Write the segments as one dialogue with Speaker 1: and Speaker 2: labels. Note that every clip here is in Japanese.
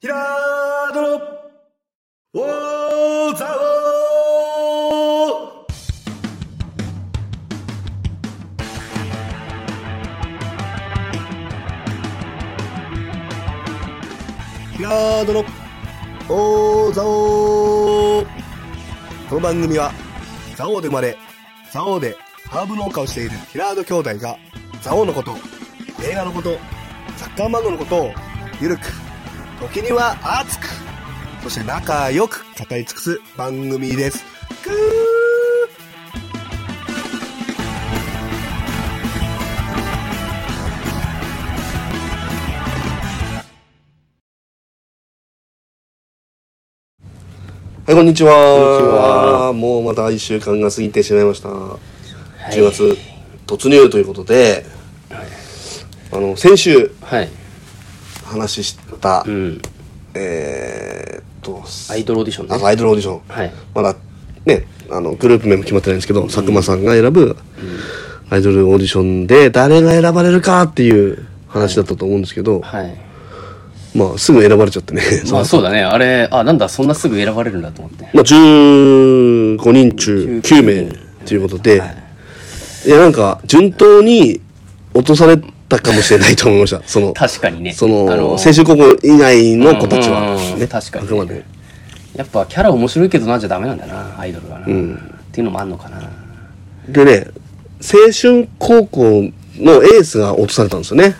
Speaker 1: ひらーどろおーざおーひらーどろおーざおーこの番組は、ザオで生まれ、ザオでハーブ農家をしているヒラード兄弟が、ザオのこと、映画のこと、サッカーマンゴのことを、ゆるく、時には熱く、そして仲良く語り尽くす番組です。くーはい、こんにちは。
Speaker 2: こんにちは
Speaker 1: もうまた1週間が過ぎてしまいました。10月突入ということで、あの、先週
Speaker 2: はい。
Speaker 1: 話した、
Speaker 2: うん。
Speaker 1: えーっと、
Speaker 2: アイドルオーディション
Speaker 1: あ
Speaker 2: ね。
Speaker 1: アイドルオーディション、
Speaker 2: はい。
Speaker 1: まだねあのグループ名も決まってないんですけど、佐久間さんが選ぶアイドルオーディションで誰が選ばれるかっていう話だったと思うんですけど、
Speaker 2: はい。
Speaker 1: まあすぐ選ばれちゃってね
Speaker 2: まあそうだね。あれ、あ、なんだ、そんなすぐ選ばれるんだと思って。
Speaker 1: まあ15人中9名ということで、い、やなんか順当に落とされたかもしれないと思いましたその
Speaker 2: 確かにね。
Speaker 1: その、
Speaker 2: あの
Speaker 1: 青春高校以外の子たち
Speaker 2: う
Speaker 1: は
Speaker 2: んうんうん、
Speaker 1: ね、
Speaker 2: 確かに
Speaker 1: あくまで
Speaker 2: やっぱキャラ面白いけどなんじゃダメなんだな、アイドルはな。っていうのもあんのかな。
Speaker 1: でね青春高校のエースが落とされたんですよね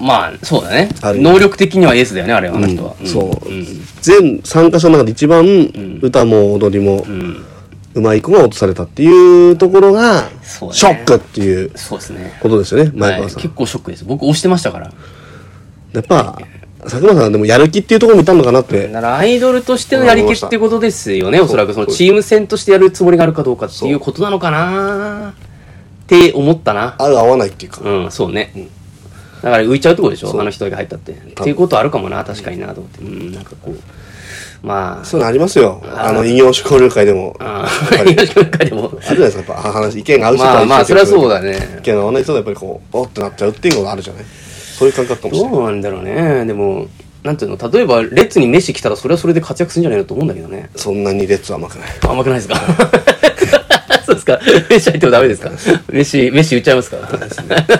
Speaker 2: まあ、そうだね。
Speaker 1: ある
Speaker 2: 能力的にはエースだよね、あれは、あの人は。ん
Speaker 1: そう、
Speaker 2: ん
Speaker 1: 全参加者の中で一番歌も踊りも
Speaker 2: うん。
Speaker 1: うまい子が落とされたっていうところがシ
Speaker 2: そうだね
Speaker 1: ョックっていう
Speaker 2: そうですね。
Speaker 1: ことですよね前
Speaker 2: はい
Speaker 1: 川さん、
Speaker 2: 結構ショックです。僕押してましたから。
Speaker 1: やっぱ佐久間さんでもやる気っていうところにいたのかなって
Speaker 2: だからアイドルとしてのやりきってことですよね、おそらく。そのチーム戦としてやるつもりがあるかどうかっていうことなのかなって思ったな。
Speaker 1: 合う合わないっていうか、
Speaker 2: うん、そうね。だから浮いちゃうとこでしょあの人だけ入ったって。っていうことあるかもな、確かになと思って。うん、なんかこう。まあ、
Speaker 1: そういうのありますよあの異業種交流会でもあ
Speaker 2: ああ、 東君会でも
Speaker 1: る。じゃないですかやっぱ話意見が合う人と
Speaker 2: まあまあ、それはそうだ
Speaker 1: 意
Speaker 2: ね。
Speaker 1: 見が合わない人とやっぱりこうおってなっちゃうっていうのがあるじゃないそういう感覚かもしれ
Speaker 2: ど
Speaker 1: ないう
Speaker 2: なんだろうね。でも、なんていうの、例えば、レッツに飯来たら、それはそれで活躍するんじゃないのと思うんだけどね。
Speaker 1: そんなに列は甘くない
Speaker 2: 甘くないですか そうですか飯入ってもダメですか飯、飯言っちゃいますか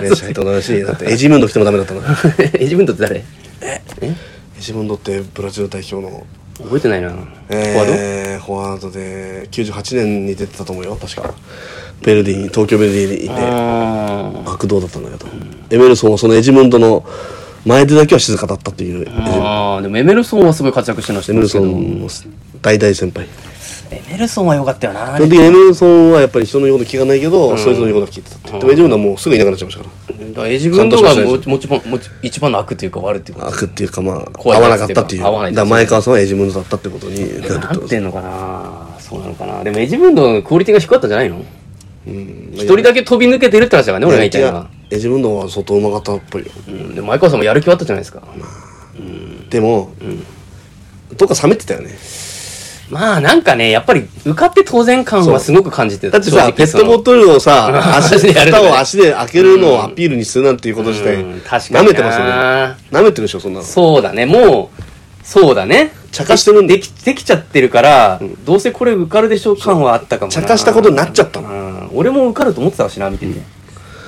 Speaker 1: 列車入ってもダメだしだってエジムンド来てもダメだったな
Speaker 2: エジムントって誰え
Speaker 1: エジムンドってブラジル代表の
Speaker 2: 覚えてないな。フォワード
Speaker 1: えー、フォワードで98年に出てたと思うよ確かベルディに東京ベルディにいて
Speaker 2: あ
Speaker 1: 悪道だったんだけど、エメルソンはそのエジムンドの前でだけは静かだったっていうエ
Speaker 2: ーあー、でもエメルソンはすごい活躍してました
Speaker 1: メルソ
Speaker 2: けど
Speaker 1: ンの大大先輩
Speaker 2: エメルソンは良かったよな。
Speaker 1: その時エメルソンはやっぱり人の言うこと聞かないけど、そいつの言うことは聞いてたって、でもエジムンドはもうすぐいなくなっちゃいましたか
Speaker 2: エジブンドがももちろんもち一番の悪というか悪っていう
Speaker 1: ら
Speaker 2: か。
Speaker 1: 悪っていうかまあ合
Speaker 2: 怖い
Speaker 1: わ
Speaker 2: や
Speaker 1: な
Speaker 2: つ
Speaker 1: か
Speaker 2: っ
Speaker 1: って
Speaker 2: い
Speaker 1: たってい
Speaker 2: うか
Speaker 1: う
Speaker 2: 合わないやつ
Speaker 1: だから前川さんはエジムンドだったってことになるって
Speaker 2: な
Speaker 1: こと
Speaker 2: ってんのかなそうなのかなでもエジブンドのクオリティが低かったんじゃないの
Speaker 1: うん
Speaker 2: 一人だけ飛び抜けてるって話だからね、俺が言いたいの
Speaker 1: や
Speaker 2: は。
Speaker 1: エジムンドは相当うまかったっぽいよ
Speaker 2: うん、で前川さんもやる気はあったじゃないですか。
Speaker 1: でも、どっか冷めてたよね
Speaker 2: まあなんかね、やっぱり受かって当然感はすごく感じて
Speaker 1: だ
Speaker 2: た。
Speaker 1: ってさ、
Speaker 2: 正直
Speaker 1: ペットボトルをさ、足
Speaker 2: 足で やるのね
Speaker 1: 蓋を足で開けるのをアピールにするなんていうこと自体、
Speaker 2: うん確か
Speaker 1: 舐
Speaker 2: にな
Speaker 1: めてますよね。舐めてるでしょ、そんなの。
Speaker 2: そのそうだね、もう、そうだね。
Speaker 1: 茶化してるんだ
Speaker 2: でき、できちゃってるから、どうせこれ受かるでしょう感はあったかもな。
Speaker 1: 茶化したことになっちゃった
Speaker 2: う
Speaker 1: の。
Speaker 2: ん、俺も受かると思ってたしな、見てて。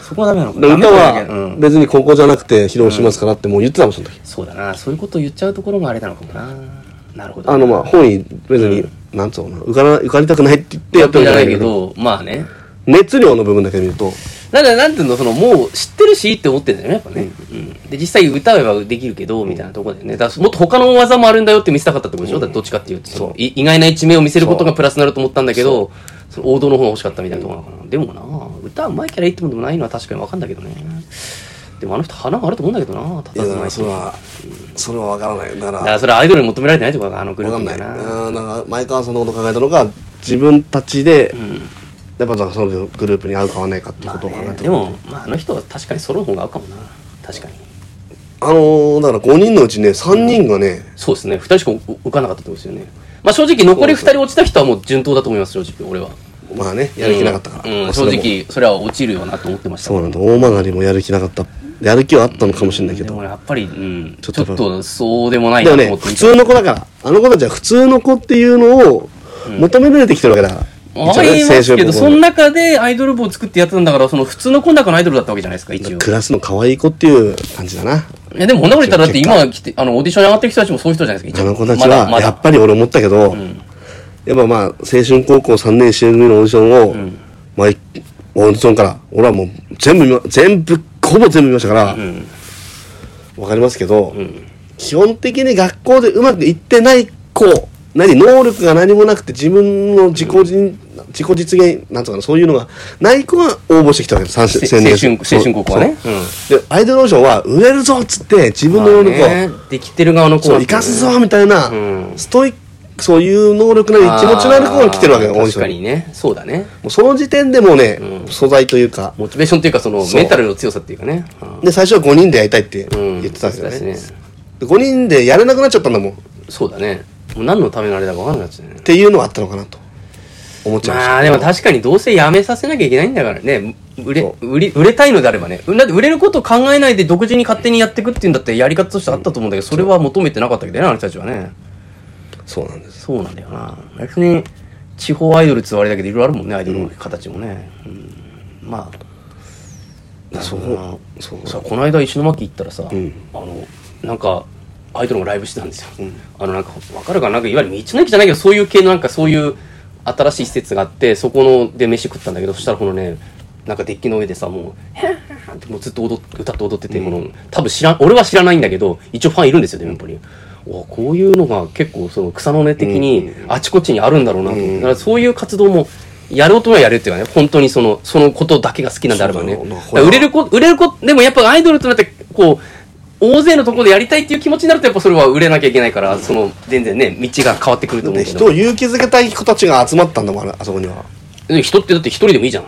Speaker 2: そこはダメなのかな。
Speaker 1: 歌
Speaker 2: ダメかもしれないけどう
Speaker 1: は
Speaker 2: ん
Speaker 1: 別に高校じゃなくて披露しますからってもう言ってたもん、その時。
Speaker 2: そうだな、そういうことを言っちゃうところもあれなのかもな。なるほど。
Speaker 1: あの、まあ、本意、別に、なんつうのかな、受から、受かりたくないって言ってや
Speaker 2: や
Speaker 1: っ
Speaker 2: って
Speaker 1: る
Speaker 2: て
Speaker 1: んじゃ
Speaker 2: じゃな
Speaker 1: ないい
Speaker 2: け
Speaker 1: けど、
Speaker 2: ど、まあね。
Speaker 1: 熱量の部分だけ見ると、
Speaker 2: なんだなんていうのそのもう知ってるしって思ってんだよねやっぱね、うんで実際歌えばできるけどみたいなところだよねだからもっと他の技もあるんだよって見せたかったってことでしょ、だってどっちかっていうとそのい意外な一面を見せることがプラスになると思ったんだけどその王道の方が欲しかったみたいなところなのかな、でもな歌うまいキャラいいってもんでもないのは確かに分かんだけどねでもあの人花があると思うんだけどなた
Speaker 1: いや、だか
Speaker 2: ずま
Speaker 1: ら
Speaker 2: いし
Speaker 1: それは、それはわからない。だから
Speaker 2: だか、らそれはアイドルに求められてないところがあのグル
Speaker 1: わ
Speaker 2: ー
Speaker 1: か
Speaker 2: プ
Speaker 1: ん
Speaker 2: だ
Speaker 1: ない。
Speaker 2: な
Speaker 1: うんだから前川さんのこと考えたのが、自分たちで、やっぱだからそのグループに合うか合わないかっていうことを考えた
Speaker 2: でも、まあ、あの人は確かにソロの方が合うかもな確かに
Speaker 1: あのー、だから5人のうちね、3人がね、
Speaker 2: そうですね、2人しか受かんなかったってことですよね。まあ正直残り2人落ちた人はもう順当だと思います、正直、俺は。
Speaker 1: まあね、やる気なかったから。
Speaker 2: うん、
Speaker 1: まあ
Speaker 2: 正。
Speaker 1: それも
Speaker 2: 直、それは落ちるよなと思ってました。
Speaker 1: そうなんだ、大曲もやる気なかったっやる気はあったのかもしれないけ
Speaker 2: で
Speaker 1: ど
Speaker 2: も。やっぱり、うん、
Speaker 1: ち
Speaker 2: ち
Speaker 1: ょ
Speaker 2: ょ
Speaker 1: っと
Speaker 2: っとそうでもない
Speaker 1: で
Speaker 2: な
Speaker 1: も
Speaker 2: と
Speaker 1: ね
Speaker 2: 思っ、て
Speaker 1: 普
Speaker 2: 見ちゃう。
Speaker 1: 通の子だから。あの子たちは普通の子っていうのを求められてきてるわけだから。
Speaker 2: あり
Speaker 1: 一応ね
Speaker 2: ますけど、
Speaker 1: 青春
Speaker 2: その
Speaker 1: の
Speaker 2: 中でアイドル部を作ってやってたんだから、その普通の子の中のアイドルだったわけじゃないですか、一応。
Speaker 1: クラスの可愛い子っていう感じだな。
Speaker 2: いや、でもこんなこと言ったら、だって今来て、あの、オーディションに上がってる人たちもそういう人じゃないですか、
Speaker 1: あ
Speaker 2: 一応。
Speaker 1: の子たち
Speaker 2: まだま
Speaker 1: は、やっ
Speaker 2: だ。
Speaker 1: ぱり俺思ったけど、やっぱまあ、青春高校3年 C 組のオーディションを、まあ、いオーディションから、俺はもう全部見ま、全部、ほぼ全部見ましたから、わかりますけど、基本的に学校でうまくいってない子、何、能力が何もなくて自分の自己人、自己実現、なんとかな、そういうのがない子が応募してきたわけです、青
Speaker 2: せ青春青春高校はね
Speaker 1: で、アイドルオーディションは、売れるぞっつって、自分の能力を、
Speaker 2: まあねできてる側の子
Speaker 1: そ
Speaker 2: だ
Speaker 1: う
Speaker 2: っ
Speaker 1: 生
Speaker 2: たら
Speaker 1: か
Speaker 2: ね
Speaker 1: すぞみたいな、
Speaker 2: うん
Speaker 1: ストイックそういう能力のある気持ちのある子が来てるわけよ
Speaker 2: あ
Speaker 1: オー
Speaker 2: ー
Speaker 1: ディショ
Speaker 2: 確か
Speaker 1: ンに
Speaker 2: にね。そうだね。
Speaker 1: もうその時点でもうね、素材というか
Speaker 2: モチベーションっていうか、その、
Speaker 1: そう
Speaker 2: メンタルの強さっていうかね。うん
Speaker 1: で最初は5人でやりたいって
Speaker 2: うん
Speaker 1: 言ってたんですよ
Speaker 2: 言
Speaker 1: ね,、
Speaker 2: ってたしね
Speaker 1: 5人でやれなくなっちゃったんだもんっ
Speaker 2: そうだね。もう何のためのあれだか分かんなくなっちゃうね。
Speaker 1: ていうのはあったのかなと思っちゃいました、
Speaker 2: まあでも確かにどうせやめさせなきゃいけないんだからね売れ
Speaker 1: そ
Speaker 2: 売り売れたいのであればねだって売れることを考えないで独自に勝手にやっていくっていうんだってやり方としてあったと思うんだけどそれは求めてなかったけどねあの人たちはね
Speaker 1: そうなんです
Speaker 2: そうなんだよな別に地方アイドルっつうあれだけどいろいろあるもんねアイドルの形もね、うんまあ
Speaker 1: そう
Speaker 2: なるほ
Speaker 1: そう
Speaker 2: どなさこの間石巻行ったらさ、
Speaker 1: ん
Speaker 2: あのなんかアイドルがライブしてたんですよ、あのなんかわかるかななんかいわゆる道の駅じゃないけどそういう系のなんかそういう新しい施設があってそこので飯食ったんだけどそしたらこのねなんかデッキの上でさもう「へっへっってもうずっと踊っ歌って踊ってて、もう多分知らん俺は知らないんだけど一応ファンいるんですよね店舗に。おこういうのが結構その草の根的にあちこちにあるんだろうなと思って、だからそういう活動もやろうとはやるっていうかね本当にそのそのことだけが好きなんであればね
Speaker 1: そうだよな
Speaker 2: だから売れるこ売れるこでもやっぱアイドルとなってこう大勢のところでやりたいっていう気持ちになるとやっぱそれは売れなきゃいけないから、その全然ね道が変わってくると思う
Speaker 1: で
Speaker 2: け
Speaker 1: 人
Speaker 2: ど
Speaker 1: を勇気づけたい子たちが集まったんだもんあれあそこには
Speaker 2: 人人ってだって一人でもいいじゃん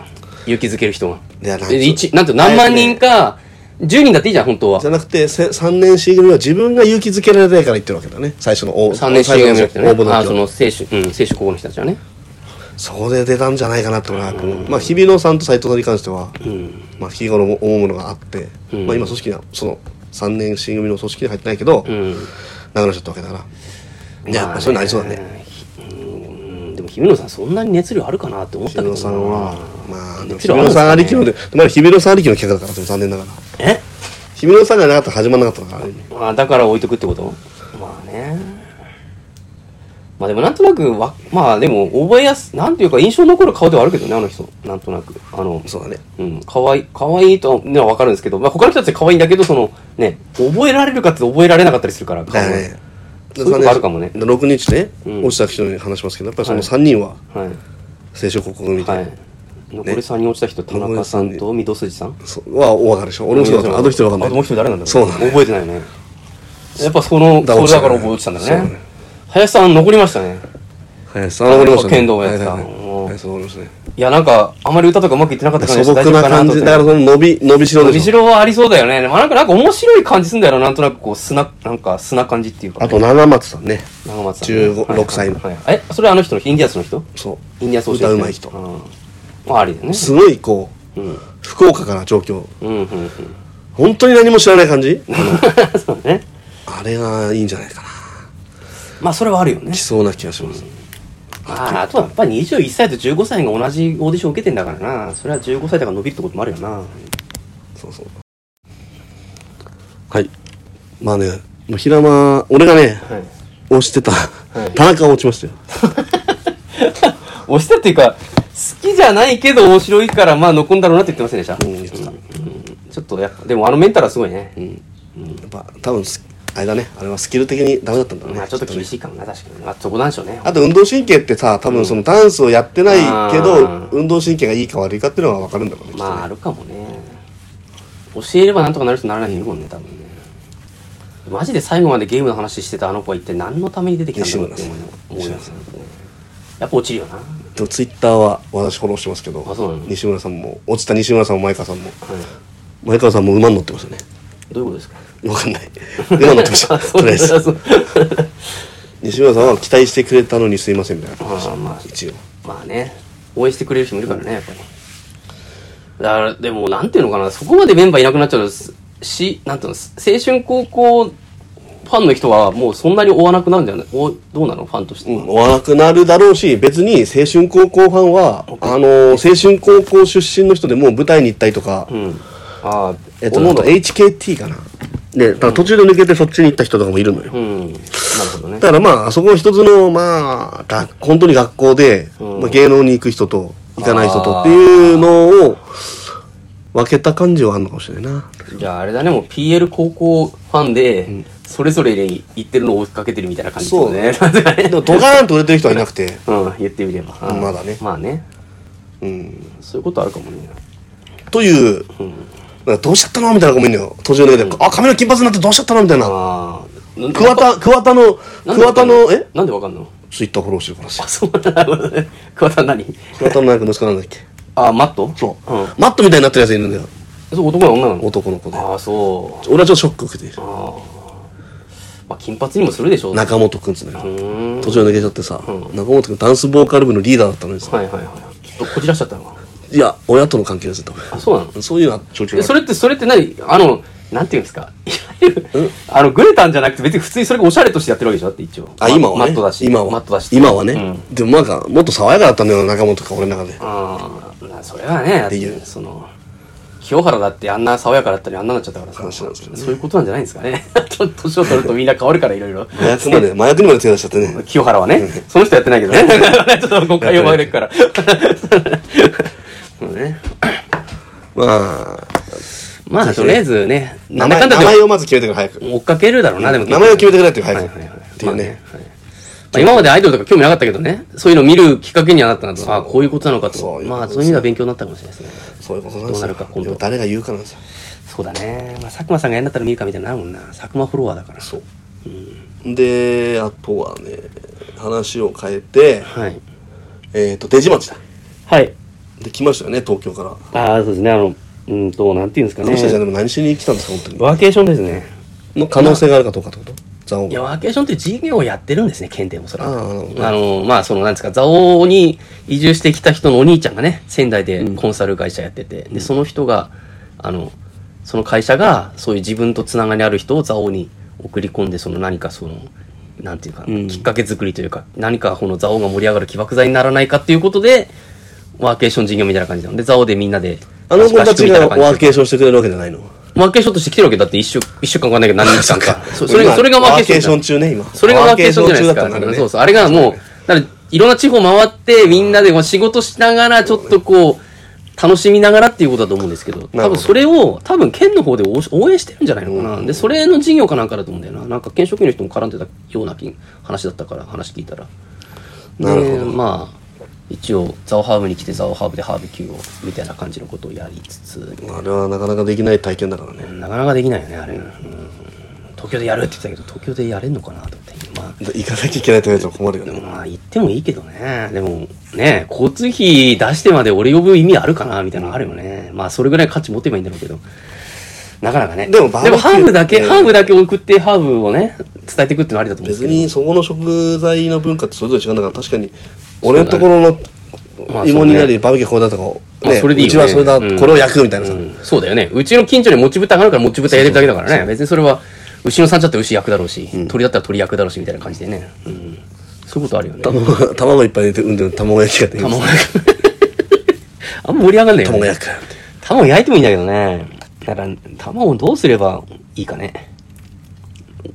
Speaker 2: 勇気づける人が
Speaker 1: いやなん
Speaker 2: で一なんて何万人か10人だっていいじゃん本当は
Speaker 1: じゃなくて3年 C 組は自分が勇気づけられないから言ってるわけだね最初の応
Speaker 2: 3年 CM じゃなくてね
Speaker 1: 最初の応募の
Speaker 2: あー
Speaker 1: 時
Speaker 2: そ
Speaker 1: は
Speaker 2: の選手うん選手ここの人たちはね
Speaker 1: そこで出たんじゃないかなと俺は思う、まあ、日比野さんと斎藤さんに関しては、まあ、日頃も思うものがあって、
Speaker 2: ん
Speaker 1: まあ、今組織にはその3年 C 組の組織には入ってないけど、
Speaker 2: うん
Speaker 1: なくなっちゃったわけだからいや、まあ、そういうのありそうだね
Speaker 2: うんでも姫野さんそんなに熱量あるかなって思っ
Speaker 1: 日
Speaker 2: た
Speaker 1: 比
Speaker 2: け
Speaker 1: 野
Speaker 2: どな
Speaker 1: さんはまあでも
Speaker 2: も
Speaker 1: 日
Speaker 2: ち
Speaker 1: 比
Speaker 2: ろんあ
Speaker 1: 野
Speaker 2: るんです
Speaker 1: さん
Speaker 2: かね
Speaker 1: ありきので、まあ、日比野さんありきの企画だからでも残念ながら
Speaker 2: え
Speaker 1: 日比野さんがなかったら始まらなかったからね
Speaker 2: まあだから置いとくってことまあねまあでもなんとなくわまあでも覚えやすなんていうか印象に残る顔ではあるけどねあの人なんとなくあの
Speaker 1: そうだね
Speaker 2: うん可愛い可愛いとねは分かるんですけど、まあ、他の人たち可愛いんだけどそのね覚えられるかって覚えられなかったりするから
Speaker 1: だ
Speaker 2: 顔
Speaker 1: よ
Speaker 2: が
Speaker 1: ね
Speaker 2: そういうとこあるかもね
Speaker 1: 6日ね、
Speaker 2: うん
Speaker 1: 落ちた人に話しますけどやっぱりその3人は
Speaker 2: はい
Speaker 1: 青春高校組で、
Speaker 2: はい残り3人落ちた人田中さんと御堂筋さん
Speaker 1: そうはお分かるでしょ俺もそうだったあと一人分かんない
Speaker 2: あともう一人誰なんだろう
Speaker 1: そうなんだよ
Speaker 2: 覚えてないねやっぱその
Speaker 1: だ
Speaker 2: それだから
Speaker 1: 落
Speaker 2: 覚
Speaker 1: ち
Speaker 2: えて
Speaker 1: た
Speaker 2: た
Speaker 1: ん
Speaker 2: ん
Speaker 1: だ
Speaker 2: だ
Speaker 1: ね
Speaker 2: ね林さん残りましたね
Speaker 1: はい、さあ、残りましたね。
Speaker 2: 剣道をやってた
Speaker 1: はいはい
Speaker 2: お
Speaker 1: はい
Speaker 2: ー
Speaker 1: はい、そう思いますね。
Speaker 2: いやなんかあまり歌とかうまくいってなかった感
Speaker 1: 素
Speaker 2: じ
Speaker 1: 朴な感じ、だからその伸び、伸びしろで
Speaker 2: 伸び
Speaker 1: し
Speaker 2: し
Speaker 1: ょ。
Speaker 2: ろはありそうだよね。まあ、なんか、なんか面白い感じすんだよな。なんとなくこう、砂、なんか砂感じっていうか、ね。
Speaker 1: あと、七松さんね。
Speaker 2: 長松さん、
Speaker 1: 15 6歳の
Speaker 2: はいはいえ、それはあの人の人、インディアンスの人
Speaker 1: そ
Speaker 2: インディアンス
Speaker 1: う。
Speaker 2: 教えて
Speaker 1: 歌
Speaker 2: る
Speaker 1: うまい人。
Speaker 2: うん。まあ、ありだよね。
Speaker 1: すごい、こ
Speaker 2: うん。うん、
Speaker 1: う、福岡から上京。
Speaker 2: うん、うん。
Speaker 1: 本当に何も知らない感じ
Speaker 2: そうだね。
Speaker 1: あれがいいんじゃないかな。
Speaker 2: まあ、それはあるよね
Speaker 1: 来。そうな気がします。
Speaker 2: ああ、あとはやっぱり21歳と15歳が同じオーディション受けてんだからな。それは15歳だから伸びるってこともあるよな。
Speaker 1: そうそう。はい。まあね、もう平間、俺がね、
Speaker 2: はい。
Speaker 1: 押してた
Speaker 2: い、
Speaker 1: 田中が落ちましたよ。
Speaker 2: 押したっていうか、好きじゃないけど面白いから、まあ、残るんだろうなって言ってませんでした。
Speaker 1: うん、言ってた。や
Speaker 2: ちょっとやっぱ、でもあのメンタルはすごいね。うん。
Speaker 1: っぱ、多分す、あれだね、あれはスキル的にダメだったんだろうね。
Speaker 2: まあちょっと厳しいかもな、確かに。まあそこなんでしょうね。
Speaker 1: あと運動神経ってさ多分そのダンスをやってないけど、
Speaker 2: あー
Speaker 1: 運動神経がいいか悪いかっていうのは分かるんだろうね,きっとね、
Speaker 2: まああるかもね。教えればなんとかなる人にならないもんね、多分ね。マジで最後までゲームの話してたあの子は一体何のために出てきたんだろうって思い思 いますね。やっぱ落ちるよな。
Speaker 1: でもツイッターは私フォローしてますけど
Speaker 2: あそうなの
Speaker 1: 西村さんも落ちた西村さんも前川さんも前川さんも馬に乗ってましたね
Speaker 2: どういうことですか
Speaker 1: 分かんない 馬に乗ってましたとりあえず
Speaker 2: そう
Speaker 1: 西村さんは期待してくれたのにすいませんみたいな
Speaker 2: あー まあ
Speaker 1: 一応
Speaker 2: まあね、応援してくれる人もいるからね、やっぱり。だから、でも、なんていうのかな、そこまでメンバーいなくなっちゃうと、すし、なんていうの、青春高校ファンの人はもうそんなに追わなくなるんじゃないおどうなのファンとして。
Speaker 1: うん、追わなくなるだろうし、別に青春高校ファンは、あのー、青春高校出身の人でもう舞台に行ったりとか、
Speaker 2: うん。ああ、
Speaker 1: えっと、の HKT かな。で、だから途中で抜けてそっちに行った人とかもいるのよ。
Speaker 2: うん。なるほどね。
Speaker 1: だからまあ、あそこの一つの、まあ、が本当に学校で、
Speaker 2: うん
Speaker 1: まあ、芸能に行く人と、行かない人とっていうのを、分けた感じはあるのかもしれないな。
Speaker 2: じゃああれだね、もう PL 高校ファンで、それぞれに行ってるのを追いかけてるみたいな感じだよね。 なんか
Speaker 1: で
Speaker 2: ね
Speaker 1: も、ドカーンと売れてる人はいなくて、
Speaker 2: うん、言ってみれば。うん
Speaker 1: まだね
Speaker 2: まあね。
Speaker 1: うん。
Speaker 2: そういうことあるかもね。
Speaker 1: という、なんかどうしちゃったのみたいな子もいるのよ。途中で抜けて、あ、髪の毛金髪になってどうしちゃったのみたいな。
Speaker 2: ああ。な
Speaker 1: 桑田、桑田の、
Speaker 2: なんで
Speaker 1: 桑田の、え
Speaker 2: なんでわかんの
Speaker 1: ツイッターフォローしてるからさ。
Speaker 2: そうなのね。桑田何
Speaker 1: 桑田のなんか息子なんだっけ
Speaker 2: あ、マット
Speaker 1: そう、
Speaker 2: うん。
Speaker 1: マットみたいになってるやついるんだよ。
Speaker 2: そう男なの女なの
Speaker 1: 男の子で。
Speaker 2: ああ、そ
Speaker 1: 俺はちょっとショック受けている
Speaker 2: う。。ああ。まあ、金髪にもするでしょう。
Speaker 1: 中本くんっつうの
Speaker 2: う
Speaker 1: よ。
Speaker 2: ーん。
Speaker 1: 途中で抜けちゃってさ、
Speaker 2: う
Speaker 1: 中本くんダンスボーカル部のリーダーだったのにさ、
Speaker 2: はいはいはい。ちょっとこじらしちゃったのか
Speaker 1: い、や、親との関係ですよ、多分
Speaker 2: あ、そうなの
Speaker 1: そういうのは状況
Speaker 2: えそれって、それって何あの、なんていうんですかいわゆる、あの、グレタンじゃなくて別に普通にそれがおしゃれとしてやってるわけでしょだって一応。
Speaker 1: あ、今はね。
Speaker 2: マットだし。
Speaker 1: 今は。
Speaker 2: マットだし。
Speaker 1: 今はね、
Speaker 2: うん
Speaker 1: でもなんか、もっと爽やかだったんだよ、中本くん、俺の中で。
Speaker 2: ああ、まあそれはね、だって
Speaker 1: 理由
Speaker 2: その、清原だってあんな爽やかだったりあんなになっちゃったからさ、
Speaker 1: 話なんですよね
Speaker 2: そういうことなんじゃないんですかね。 ちょっと年を取るとみんな変わるからいろいろ。
Speaker 1: 麻薬まで、麻薬にまで手出しちゃってね。
Speaker 2: 清原はね、その人やってないけどね。 ちょっと誤解を招くから。 そうね。
Speaker 1: まあ、
Speaker 2: まあ、とりあえずね、な
Speaker 1: 名前、
Speaker 2: んだかんだ
Speaker 1: 名
Speaker 2: で
Speaker 1: 前をまず決めてくれ、早く。
Speaker 2: 追っかけるだろうな、でも。
Speaker 1: 名前を決めてくれっていう、早く。
Speaker 2: はいはいはい
Speaker 1: っていうね。
Speaker 2: まあまあ今までアイドルとか興味なかったけどね、そういうのを見るきっかけにはなったなと。ああ、こういうことなのか
Speaker 1: そう
Speaker 2: と。
Speaker 1: いうこと
Speaker 2: まあ、そういう意味では勉強になったかもしれないですね。
Speaker 1: そういうことなんです
Speaker 2: どうなるか今
Speaker 1: よ。
Speaker 2: 度
Speaker 1: でも誰が言うかなんですよ。
Speaker 2: そうだね、まあ、佐久間さんが嫌になったら見るかみたいなのあるもんな佐久間フォロワーだから
Speaker 1: そうで、あとはね、話を変えて、
Speaker 2: はい
Speaker 1: えっ、と、出島町だ。
Speaker 2: はい
Speaker 1: で、来ましたよね、東京から。あ
Speaker 2: ああそうですねあのうんとなんていうんですか
Speaker 1: の人たちは
Speaker 2: ね
Speaker 1: でも何しに来たんですか、本当に。
Speaker 2: ワーケーションですね
Speaker 1: の可能性があるかどうかってことザオ
Speaker 2: いや
Speaker 1: が。
Speaker 2: ワーケーションって事業をやってるんですね県でもそれは
Speaker 1: あーなるほど
Speaker 2: あのまあそのなんですか蔵王に移住してきた人のお兄ちゃんがね仙台でコンサル会社やってて、でその人があのその会社がそういう自分とつながりある人を蔵王に送り込んでその何かそのなんていうか、きっかけ作りというか何かこの蔵王が盛り上がる起爆剤にならないかっていうことでワーケーション事業みたいな感じなので蔵王でみんなで
Speaker 1: あの子たちが
Speaker 2: 合宿みいな
Speaker 1: ワ
Speaker 2: 感
Speaker 1: ー
Speaker 2: じで
Speaker 1: ケーションしてくれるわけじゃないの。
Speaker 2: ワーケーションとして来てるわけだって一週一週間わかんないけど何日間かそそれ
Speaker 1: 今
Speaker 2: それがワーケーションじゃん
Speaker 1: 中ね、今。
Speaker 2: それがワーケーションじゃないですか。
Speaker 1: ワーケーション中だったんだね
Speaker 2: そうそう。あれがもう、だからいろんな地方回って、みんなでこう仕事しながら、ちょっとこう、楽しみながらっていうことだと思うんですけど、
Speaker 1: なる
Speaker 2: 多
Speaker 1: ほど
Speaker 2: 分それを、多分県の方で応応援してるんじゃないのかな。で、それの事業かなんかだと思うんだよな。なんか県職員の人も絡んでたような気話だったから、話聞いたら。
Speaker 1: なるほど
Speaker 2: でまあ、一応、ザオハーブに来て、ザオハーブでハーベキューを、みたいな感じのことをやりつつ、
Speaker 1: あれはなかなかできない体験だからね。
Speaker 2: なかなかできないよね、あれ。うん東京でやるって言ってたけど、東京でやれんのかなと思って、まあ、
Speaker 1: 行かなきゃいけないと言われても困るよね。
Speaker 2: まあ言ってもいいけどね。でもね、交通費出してまで俺呼ぶ意味あるかなみたいなのあるよね。まあそれぐらい価値持てばいいんだろうけど。なかなかね。
Speaker 1: でもバーベキュー
Speaker 2: ハーブだけ、
Speaker 1: うん
Speaker 2: ハーブだけ送ってハーブをね、伝えていくってのはありだと思うんで
Speaker 1: 別
Speaker 2: すけど。
Speaker 1: にそこの食材の文化ってそれぞれ違うんだから、確かに、俺のところ
Speaker 2: ま
Speaker 1: の
Speaker 2: あ
Speaker 1: 芋になり、バーベキューこれだとか、
Speaker 2: まあそれでいいうよ
Speaker 1: ち
Speaker 2: ね
Speaker 1: はそれだ、
Speaker 2: うん
Speaker 1: これを焼くみたいなさ。
Speaker 2: うんそうだよね。うちの近所にもち豚があるからもち豚やれるだけだからね。別にそれは、牛の産地だったら牛焼くだろうし、鳥だったら鳥焼くだろうしみたいな感じでね。うんそういうことあるよね。
Speaker 1: 卵が卵いっぱい入れて、うんで、卵焼きができる
Speaker 2: 卵焼く。あんま盛り上がんないよね。
Speaker 1: 卵焼きかよって。
Speaker 2: 卵焼いてもいいんだけどね。だから、卵をどうすればいいかね。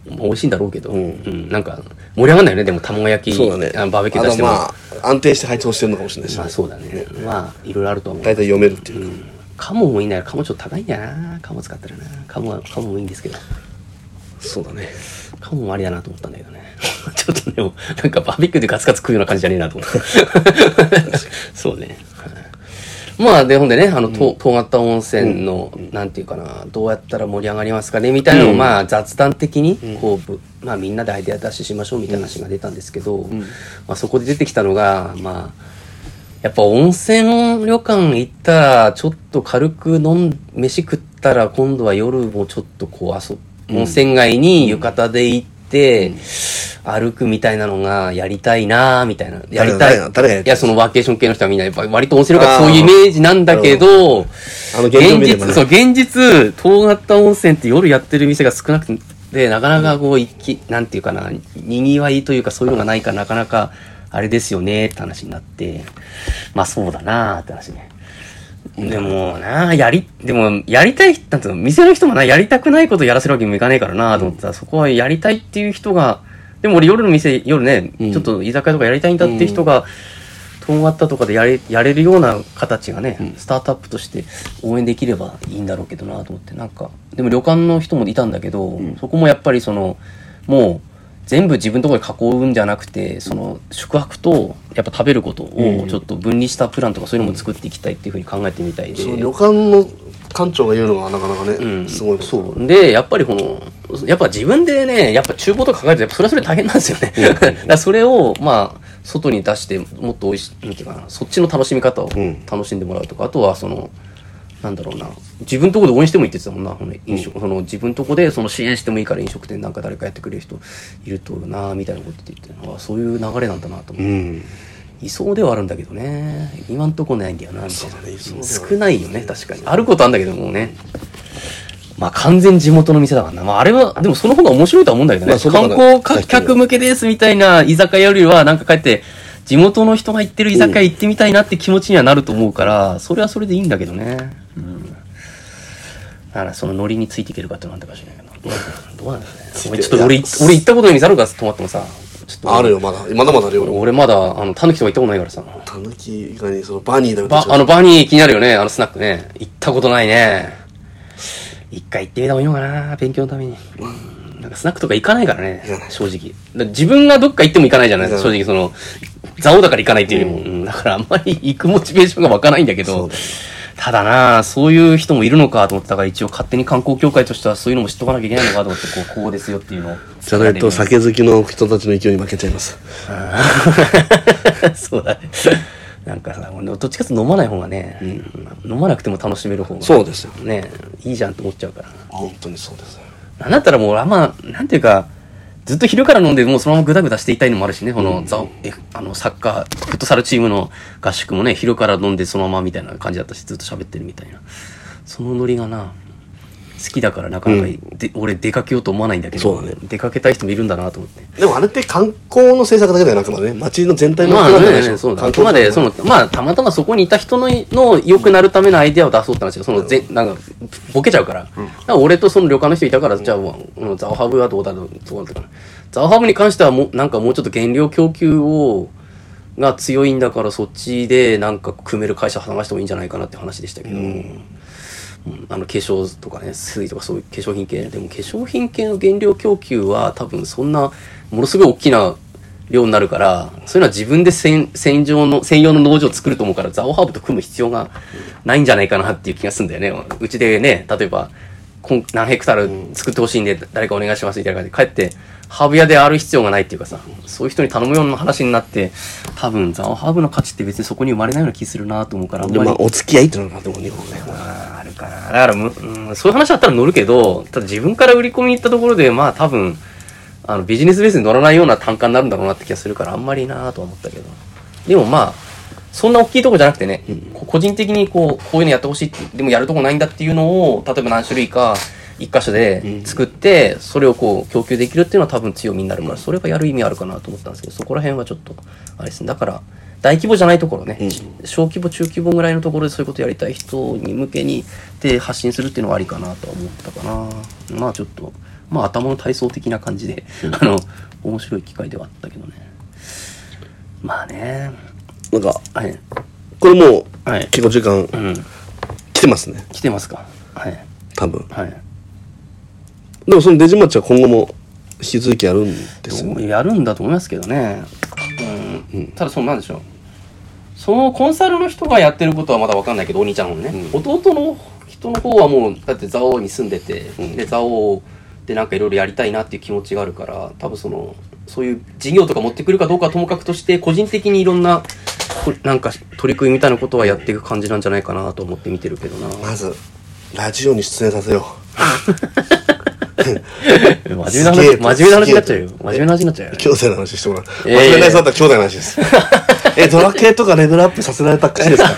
Speaker 2: まあ美味しいんだろうけど、うんん、なんか、盛り上がんないよね、でも卵焼き、
Speaker 1: そうだね。
Speaker 2: あのバーベキュー出しても。
Speaker 1: あとまあ、安定して配送してるのかもしれないし
Speaker 2: ま。あ、そうだね。まあ、いろいろあるとは思う
Speaker 1: 大。体読めるっていうか。
Speaker 2: カモもいいんだよ。カモちょっと高いんだよな。カモ使ったらな。カモは、カモもいいんですけど。
Speaker 1: そうだね。
Speaker 2: カモもありだなと思ったんだけどね。 ちょっとでも、なんかバーベキューでガツガツ食うような感じじゃねえなと思った。 そうね。まあ、で、ほんでね、あの、と遠がった温泉の、なんていうかな、どうやったら盛り上がりますかね、みたいなのを、まあ、雑談的に、こう、ぶまあ、みんなでアイデア出ししましょうみたいな話が出たんですけど、まあ、そこで出てきたのが、まあ、やっぱ温泉旅館行ったら、ちょっと軽く飲ん、飯食ったら、今度は夜もちょっとこう、遊、温泉街に浴衣で行って、て、歩くみたいなのがやりたいなーみたいな。やりたい。
Speaker 1: 誰が誰がやり
Speaker 2: い
Speaker 1: たい
Speaker 2: や、そのワーケーション系の人はみんなやっぱ割と面白いから
Speaker 1: あー
Speaker 2: そういうイメージなんだけど、
Speaker 1: あの現状
Speaker 2: 現
Speaker 1: 見れば
Speaker 2: 実、
Speaker 1: ね
Speaker 2: そう、現実、遠型温泉って夜やってる店が少なくて、なかなかこう、いき、なんていうかな、にぎわいというかそういうのがないから、なかなか、あれですよね、って話になって、まあそうだな、って話ね。でもな、やり、でも、やりたい、なんていうの、店の人もな、やりたくないことやらせるわけにもいかねえからな、と思ってた。そこはやりたいっていう人が、でも俺夜の店、夜ね、ちょっと居酒屋とかやりたいんだって人が、とんがったとかでやれやれるような形がね、スタートアップとして応援できればいいんだろうけどなと思ってなんかでも旅館の人もいたんだけど、そこもやっぱりそのもう全部自分のところで囲うんじゃなくてその宿泊とやっぱ食べることをちょっと分離したプランとかそういうのも作っていきたいっていうふうに考えてみたいで、
Speaker 1: その旅館の館長が言うのはなかなかね、
Speaker 2: うん
Speaker 1: すごいこと
Speaker 2: そうでやっぱりこのやっぱ自分でねやっぱ厨房とか考えるとやっぱそれはそれで大変なんですよね、 だからそれをまあ外に出してもっとおいしいなんていうかなそっちの楽しみ方を
Speaker 1: ん
Speaker 2: 楽しんでもらうとか、あとはそのなんだろうな自分とこで応援してもいいって言ってたもんなこの飲食、その自分とこでその支援してもいいから飲食店なんか誰かやってくれる人いるとなみたいなことって言ってあそういう流れなんだなと思って、
Speaker 1: うん
Speaker 2: いそうではあるんだけどね今んとこないんだよなみたいな、
Speaker 1: そうだねいそうではない
Speaker 2: 少ないよね確かにあることあるんだけどもうねまあ完全地元の店だからな、まあ、あれはでもその方が面白いとは思うんだけどね、
Speaker 1: まあその方
Speaker 2: 観
Speaker 1: が
Speaker 2: 光客客向けですみたいな居酒屋よりはなんか帰って地元の人が行ってる居酒屋行ってみたいなって気持ちにはなると思うから、それはそれでいいんだけどね、うん、だからそのノリについていけるかってなんだか知らないけどどうなんだろうねお前ちょっと俺俺行ったことない店あるから泊まってもさちょっと
Speaker 1: あるよまだまだまだあるよ
Speaker 2: 俺まだあのタヌキとか行ったことないからさ
Speaker 1: たぬき以外にそのバニーだよ
Speaker 2: ば、あの、バニー気になるよね、あのスナックね。行ったことないね。一回行ってみた方がいいのかな、勉強のために。うんなんかスナックとか行かないからね
Speaker 1: 行かな、い
Speaker 2: 正直。だから自分がどっか行っても行かないじゃない
Speaker 1: 行か
Speaker 2: 正
Speaker 1: な
Speaker 2: 直その、ザオだから行かないっていうよりも。うんだからあんまり 行くモチベーションが湧かないんだけ
Speaker 1: そう
Speaker 2: ど
Speaker 1: だね。
Speaker 2: ただなあそういう人もいるのかと思ってたから、一応勝手に観光協会としてはそういうのも知っとかなきゃいけないのかと思って、こう、こうですよっていうのを。
Speaker 1: じゃないと酒好きの人たちの勢いに負けちゃいます
Speaker 2: そうだね。なんかさ、俺どっちかっていうと飲まない方がね、飲まなくても楽しめる方が。
Speaker 1: そうですよ
Speaker 2: ね、いいじゃんって思っちゃうからな。
Speaker 1: 本当にそうです
Speaker 2: なんだったらもう俺あんま、なんていうか、ずっと昼から飲んで、もうそのままグダグダしていたいのもあるしね、この、ザえあの、サッカー、フットサルチームの合宿もね、昼から飲んでそのままみたいな感じだったし、ずっと喋ってるみたいな。そのノリがな、好きだからなかなか、で俺出かけようと思わないんだけど、
Speaker 1: そうだね
Speaker 2: 出かけたい人もいるんだなと思って。
Speaker 1: でもあれって観光の政策だけではなくまでね街の全体の
Speaker 2: まあ
Speaker 1: なんでしょ
Speaker 2: ね、そうだ。あくまで、その、まあ、たまたまそこにいた人の、の良くなるためのアイデアを出そうって話が、その、ぜ、なんか、ボケちゃうから。だから俺とその旅館の人いたから、じゃあ、うんザオハブはどうだろう、どうだったかな。ザオハブに関しては、もう、なんかもうちょっと原料供給を、が強いんだから、そっちで、なんか、組める会社探してもいいんじゃないかなって話でしたけど。うんあの化粧とかね水とかそういう化粧品系でも化粧品系の原料供給は多分そんなものすごい大きな量になるからそういうのは自分で専専用の専用の農場を作ると思うからザオハーブと組む必要がないんじゃないかなっていう気がするんだよねうちでね例えばこん何ヘクタール作ってほしいんで誰かお願いしますみたいな感じで帰ってハーブ屋である必要がないっていうかさそういう人に頼むような話になって多分ザオハーブの価値って別にそこに生まれないような気するなと思うからあん
Speaker 1: で
Speaker 2: ま
Speaker 1: も
Speaker 2: り
Speaker 1: まあお付き合いってのがでも日本ね
Speaker 2: あるかな。だからむ、うん、そういう話だったら乗るけど、ただ自分から売り込みに行ったところで、まあ多分、あの、ビジネスベースに乗らないような単価になるんだろうなって気がするから、あんまりなぁとは思ったけど。でもまあ、そんな大きいとこじゃなくてね、こ個人的にこう、こういうのやってほしいって、でもやるとこないんだっていうのを、例えば何種類か、一箇所で作って、それをこう、供給できるっていうのは多分強みになるから、それがやる意味あるかなと思ったんですけど、そこら辺はちょっと、あれですね。だから、大規模じゃないところね、小規模中規模ぐらいのところでそういうことやりたい人に向けにで発信するっていうのはありかなとは思ったかなまあちょっとまあ頭の体操的な感じで、あの面白い機会ではあったけどねまあね
Speaker 1: なんか
Speaker 2: はい
Speaker 1: これもう
Speaker 2: はい
Speaker 1: 結構時間
Speaker 2: うん
Speaker 1: 来てますね
Speaker 2: 来てますかはい
Speaker 1: 多分
Speaker 2: はい
Speaker 1: でもそのデジマッチは今後も引き続きやるんですよ
Speaker 2: どうやるんだと思いますけどね、うんただそのなんでしょうそのコンサルの人がやってることはまだ分かんないけどお兄ちゃんのね、弟の人の方はもうだって蔵王に住んでて、で蔵王でなんかいろいろやりたいなっていう気持ちがあるから多分そのそういう事業とか持ってくるかどうかはともかくとして個人的にいろんなこなんか取り組みみたいなことはやっていく感じなんじゃ ないかなと思って見てるけどな。
Speaker 1: まずラジオに出演させよう
Speaker 2: 真面目な話、真面目な話になっちゃうよ。真面目な話になっちゃうよ。
Speaker 1: 兄弟の話してもらう。
Speaker 2: え
Speaker 1: えー、
Speaker 2: いやいや
Speaker 1: 真面目なやつだったら兄弟の話 です。え、ドラ系とかレベルアップさせられた口です か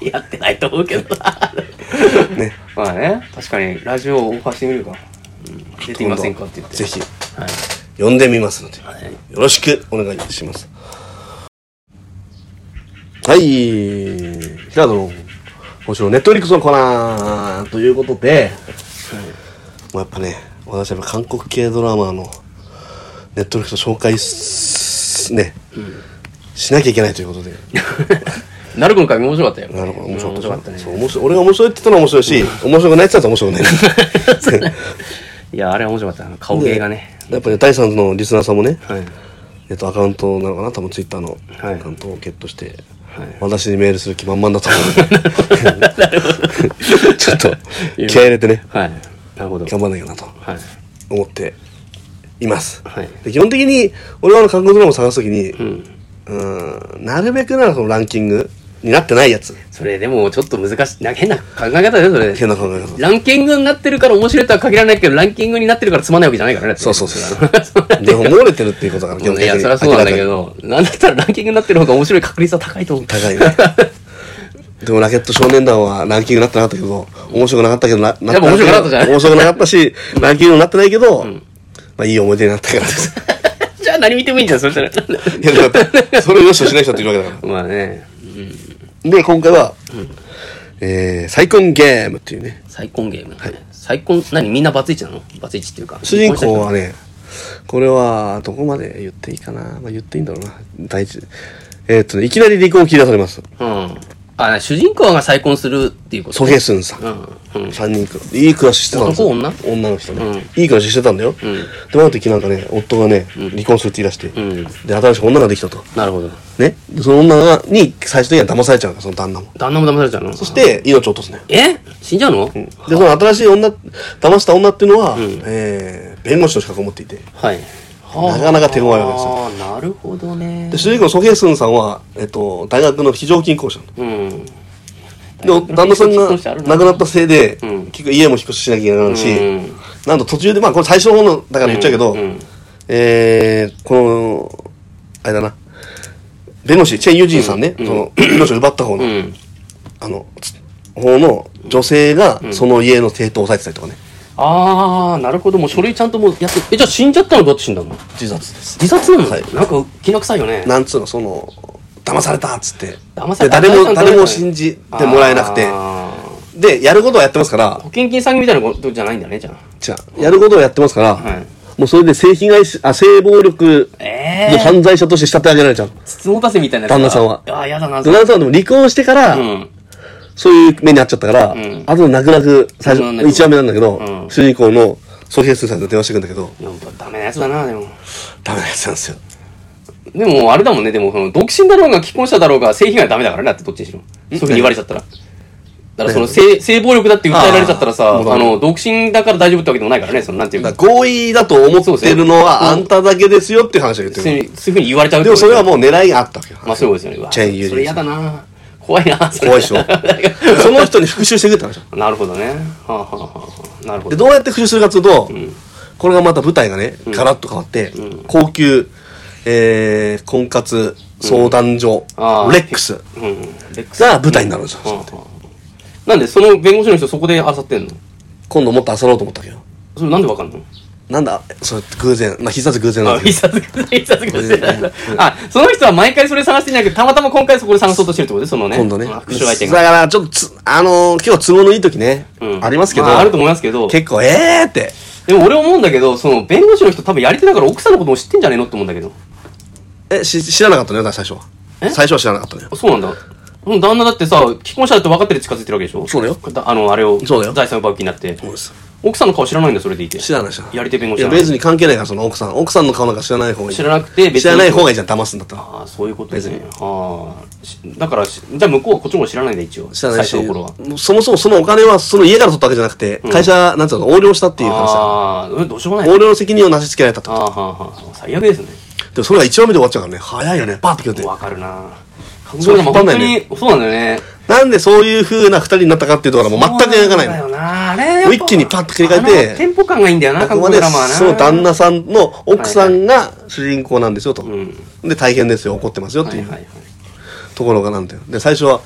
Speaker 2: やってないと思うけどな。
Speaker 1: ね。
Speaker 2: まあね、確かにラジオをオファーしてみるか。うん出てみませんかって言って。
Speaker 1: ぜひ、
Speaker 2: はい。
Speaker 1: 呼んでみますので、
Speaker 2: はい
Speaker 1: よろしくお願いします。はい。平野の、今週のネットフリックスのコーナーということで、もうやっぱね、私はやっぱ韓国系ドラマのネットフリックスを紹介す、ね、しなきゃいけないという ことで、
Speaker 2: なるこの髪面白かったよ。
Speaker 1: なるほど、面白かった。
Speaker 2: ね。
Speaker 1: そう、面白い。俺が面白いって言ったのは面白いし、面白くないって言ったら面白くない。
Speaker 2: いや、あれは面白かった。あの顔芸がね。
Speaker 1: やっぱり、ね、第3のリスナーさんもね、
Speaker 2: はい。
Speaker 1: えっと、アカウントなのかな多分ツイッターの
Speaker 2: はい
Speaker 1: アカウントをゲットして、
Speaker 2: はい
Speaker 1: 私にメールする気満々だと思うちょっと気合い入れてね
Speaker 2: はい。なるほど。
Speaker 1: 頑張らなきゃなと
Speaker 2: はい。
Speaker 1: 思っています、
Speaker 2: はい
Speaker 1: で基本的に俺はあの韓国ドラマを探すときに、
Speaker 2: う。
Speaker 1: うんーんなるべくならそのランキングになってないやつ
Speaker 2: それでもちょっと難しい。な変な考え方だよ、それ。
Speaker 1: 変な考え方
Speaker 2: ランキングになってるから面白いとは限らないけど、ランキングになってるからつまんないわけじゃないからね。だって
Speaker 1: そうそうそう
Speaker 2: だから そう
Speaker 1: でも漏れてるっていうことだから基本
Speaker 2: い
Speaker 1: 的
Speaker 2: や、
Speaker 1: に
Speaker 2: そりゃそうなんだけ
Speaker 1: 明らかに
Speaker 2: ど、なんだったらランキングになってる方が面白い確率は高いと思う。
Speaker 1: 高いねでもラケット少年団はランキングになってなかったけど、面白くなかったけど、なな
Speaker 2: やっぱ面白くなかったじゃない
Speaker 1: 面白くなかったし、ランキングになってないけど、まあいい思い出になったからです。
Speaker 2: じゃあ何見てもいいんじゃん、そしたら。
Speaker 1: いや、だってそれを良しとしない人っているわけだか
Speaker 2: まあね、
Speaker 1: ら。で、今回は、えー、再婚ゲームっていうね、
Speaker 2: 再婚ゲーム。再婚、何みんなバツイチなのバツイチっていうか。
Speaker 1: 主人公はね、これは、どこまで言っていいかな。まあ言っていいんだろうな。大事。えーっとね、いきなり離婚を切り出されます。
Speaker 2: うん。あ、主人公が再婚するっていうこと。
Speaker 1: ソゲスンさん。
Speaker 2: うん。うん。
Speaker 1: 三人くらいい暮らししてたんですよ
Speaker 2: 男女
Speaker 1: 女の人ね、
Speaker 2: うん
Speaker 1: いい暮らししてたんだよ、
Speaker 2: ん
Speaker 1: である時なんかね夫がね離婚するって言い出して、
Speaker 2: ん
Speaker 1: で新しく女ができたと
Speaker 2: なるほど。
Speaker 1: ねでその女がに最終的には騙されちゃうからその旦那も
Speaker 2: 旦那も騙されちゃうの
Speaker 1: そして命を落とすね
Speaker 2: え死んじゃうの、
Speaker 1: でその新しい女騙した女っていうのは、えー弁護士の資格を持っていて
Speaker 2: はい。
Speaker 1: なかなか手強いわけですよ
Speaker 2: ああ、なるほどね
Speaker 1: で。主人公のソゲスンさんは、えっと、大学の非常勤講師なの
Speaker 2: うん。
Speaker 1: でお旦那さんが
Speaker 2: 非常勤講師あるな
Speaker 1: 亡くなったせいで、
Speaker 2: うん
Speaker 1: 結局家も引っ越ししなきゃいけないし、
Speaker 2: うん
Speaker 1: なんと途中でまあこれ最初の方のだから言っちゃうけど、
Speaker 2: うんうん
Speaker 1: えー、このあれだな弁護士チェン・ユジンさんね、その命を奪った方の、
Speaker 2: うん。
Speaker 1: あのつ方の女性がその家の抵当を押さえてたりとかね
Speaker 2: ああ、なるほど。もう書類ちゃんともうやって、え、じゃあ死んじゃったのどっち死んだの
Speaker 1: 自殺です
Speaker 2: 自殺なの、
Speaker 1: はい
Speaker 2: なんか気の臭いよね。
Speaker 1: なんつうのその騙されたっつって
Speaker 2: 騙された
Speaker 1: で誰
Speaker 2: 騙され
Speaker 1: も
Speaker 2: た
Speaker 1: 誰も信じてもらえなくて
Speaker 2: あー
Speaker 1: でやることはやってますから
Speaker 2: 保険金詐欺みたいなことじゃないんだね、じゃあ。
Speaker 1: じゃあやることはやってますから、
Speaker 2: はい
Speaker 1: もうそれで性被害しあ性暴力
Speaker 2: ええ
Speaker 1: の犯罪者として仕立て上げられちゃう、
Speaker 2: 筒持たせみたいなやつ
Speaker 1: 旦那さんは
Speaker 2: ああ、やだな。
Speaker 1: で旦那さんはでも離婚してから、
Speaker 2: うん。
Speaker 1: そういう目に遭っちゃったから、
Speaker 2: ん
Speaker 1: あと泣く泣く、最
Speaker 2: そうなん
Speaker 1: 初、
Speaker 2: だけど
Speaker 1: 一話目なんだけど、
Speaker 2: うん
Speaker 1: 主人公のソフィアスーさんと電話してくんだけど、
Speaker 2: なんかダメなやつだな、でも。
Speaker 1: ダメなやつなんですよ。
Speaker 2: でも、あれだもんね、でも、その、独身だろうが、既婚者だろうが、性被害はダメだからね、だってどっちにしろ。そういうふうに言われちゃったら。だから、その、性、性暴力だって訴えられちゃったらさ、
Speaker 1: あー
Speaker 2: あの、独身だから大丈夫ってわけでもないからね、その、なんていう
Speaker 1: だ
Speaker 2: か、
Speaker 1: から合意だと思ってるのは、あんただけですよっていう話を言って
Speaker 2: そう
Speaker 1: る。
Speaker 2: いうそういうふうに言われちゃう
Speaker 1: でもそれはも
Speaker 2: う。
Speaker 1: う狙いがあったわけよ。
Speaker 2: まあ、そういうことですよね。うわ
Speaker 1: チェンユージン
Speaker 2: それ嫌だな。怖い な、それ
Speaker 1: 怖いでしょその人に復讐していくって話。
Speaker 2: なるほどね。はあ、はあはあはあ、なるほ
Speaker 1: で、
Speaker 2: ど。
Speaker 1: どうやって復讐するかっていうと、これがまた舞台がね、ガラッと変わって、高級、えー、婚活相談所、
Speaker 2: あー
Speaker 1: レックス
Speaker 2: うんうん。レックス
Speaker 1: が舞台になるんですよ。
Speaker 2: はあはあなんで、その弁護士の人、そこであさってんの
Speaker 1: 今度もっと漁ろうと思ったわけよ。
Speaker 2: それなんでわかんの
Speaker 1: なんだ、それって偶然。まあ、必殺偶然なん
Speaker 2: あ、
Speaker 1: だけど
Speaker 2: 必殺技、必殺技してないんだあ、その人は毎回それ探してんじゃなくて、たまたま今回そこで探そうとしてるってことで、そのね。
Speaker 1: 今度ね。
Speaker 2: まあ復讐相手
Speaker 1: だ
Speaker 2: が。
Speaker 1: から、ちょっとつ、あのー今日都合のいい時ね、
Speaker 2: うん
Speaker 1: ありますけど、
Speaker 2: あ、あると思いますけど。
Speaker 1: 結構、えーって。
Speaker 2: でも俺思うんだけど、その、弁護士の人多分やり手だから奥さんのことも知ってんじゃねえのって思うんだけど。
Speaker 1: え、し知らなかったのよ、だから最初
Speaker 2: え
Speaker 1: は。最初は知らなかったのよ。
Speaker 2: そうなんだ。その旦那だってさ、既婚者だって分かってる近づいてるわけでしょ
Speaker 1: そうだよ
Speaker 2: だあの、あれを、
Speaker 1: そうだよ
Speaker 2: 財産奪う気になって。
Speaker 1: そうです。
Speaker 2: 奥さんの顔知らないんだ、それでいて。
Speaker 1: 知らない、知らない。
Speaker 2: やり手弁護士
Speaker 1: いや、
Speaker 2: なの
Speaker 1: 別に関係ないから、その奥さん。奥さんの顔なんか知らない方がいい。
Speaker 2: 知らなくて別に
Speaker 1: 知らない方がいいじゃん、騙すんだったら。
Speaker 2: ああ、そういうことですね。ああ。しだからし、じゃあ向こうはこっちも知らないんだ、一応。
Speaker 1: 知らないし。
Speaker 2: 最初の頃は。
Speaker 1: そもそもそのお金は、その家から取ったわけじゃなくて、会社、なんつうの、横領したっていう話だ。
Speaker 2: ああ、うんどうしようもないね。
Speaker 1: 横領の責任をなしつけられたと。
Speaker 2: ああ、はあ、はあ。最悪ですね。
Speaker 1: でもそれが一話目で終わっちゃうからね、早いよね、バーって切れて。
Speaker 2: わかるな韓
Speaker 1: そ
Speaker 2: 国
Speaker 1: う
Speaker 2: ドラマ
Speaker 1: 引っ張んな
Speaker 2: 本当
Speaker 1: いね
Speaker 2: に、そうなんだよね。
Speaker 1: なんでそういう風な二人になったかっていうところはもう全く描かないの
Speaker 2: そう。んだよなあれやっぱ
Speaker 1: 一気にパッと切り替えて
Speaker 2: あのテンポ感がいいんだよな、
Speaker 1: あく
Speaker 2: 韓
Speaker 1: ま
Speaker 2: 国
Speaker 1: で
Speaker 2: ドラマはな。
Speaker 1: その旦那さんの奥さんが主人公なんですよと、
Speaker 2: ん
Speaker 1: で大変ですよ怒ってますよっ
Speaker 2: は
Speaker 1: て
Speaker 2: い
Speaker 1: い
Speaker 2: はいうはい。
Speaker 1: ところがなんだよで最初は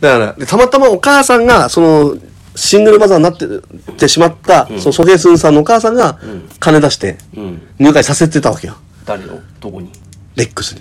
Speaker 1: だからでたまたまお母さんがそのシングルマザーになってってしまった、そのソゲスンさんのお母さんが金出して
Speaker 2: うん。
Speaker 1: 入会させてたわけよ
Speaker 2: 誰をどこに
Speaker 1: レックスに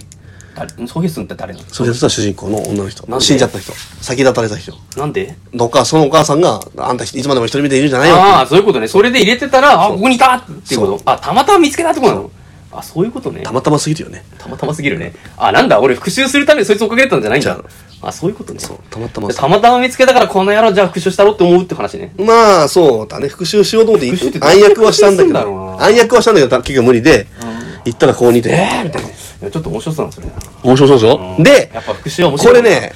Speaker 2: 誰ソヒスンって誰な
Speaker 1: ソゲスンは主人公の女の
Speaker 2: なん
Speaker 1: 人
Speaker 2: で
Speaker 1: 死んじゃった人先立たれた人
Speaker 2: のなんで
Speaker 1: どっかそのお母さんがあんたいつまでも一人見ているんじゃないよって
Speaker 2: ああ、そういうことね。それで入れてたら、あ、ここにいたっていうこと。あ、たまたま見つけたってことなのあ、そういうことね。
Speaker 1: たまたますぎるよね
Speaker 2: たまたますぎるね。あ、なんだ、俺復讐するためにそいつ追っかけてたんじゃないんだ
Speaker 1: じ。
Speaker 2: あ、そういうことね。
Speaker 1: そうたまたま
Speaker 2: でたまたま見つけたから、この野郎じゃあ復讐したろって思うって話ね。
Speaker 1: まあそうだね復讐しようと思って
Speaker 2: 復讐って
Speaker 1: 暗躍はしたんだけ
Speaker 2: どうやって復讐するんだろう
Speaker 1: ど
Speaker 2: な
Speaker 1: 暗躍はしたんだけど結局無理で行ったらここにいて
Speaker 2: えーみたいな。いやちょっと面白そうなのそれな。
Speaker 1: 面白そうでしょで
Speaker 2: やっぱ復讐は面
Speaker 1: こ
Speaker 2: 白
Speaker 1: れ
Speaker 2: いな。
Speaker 1: ね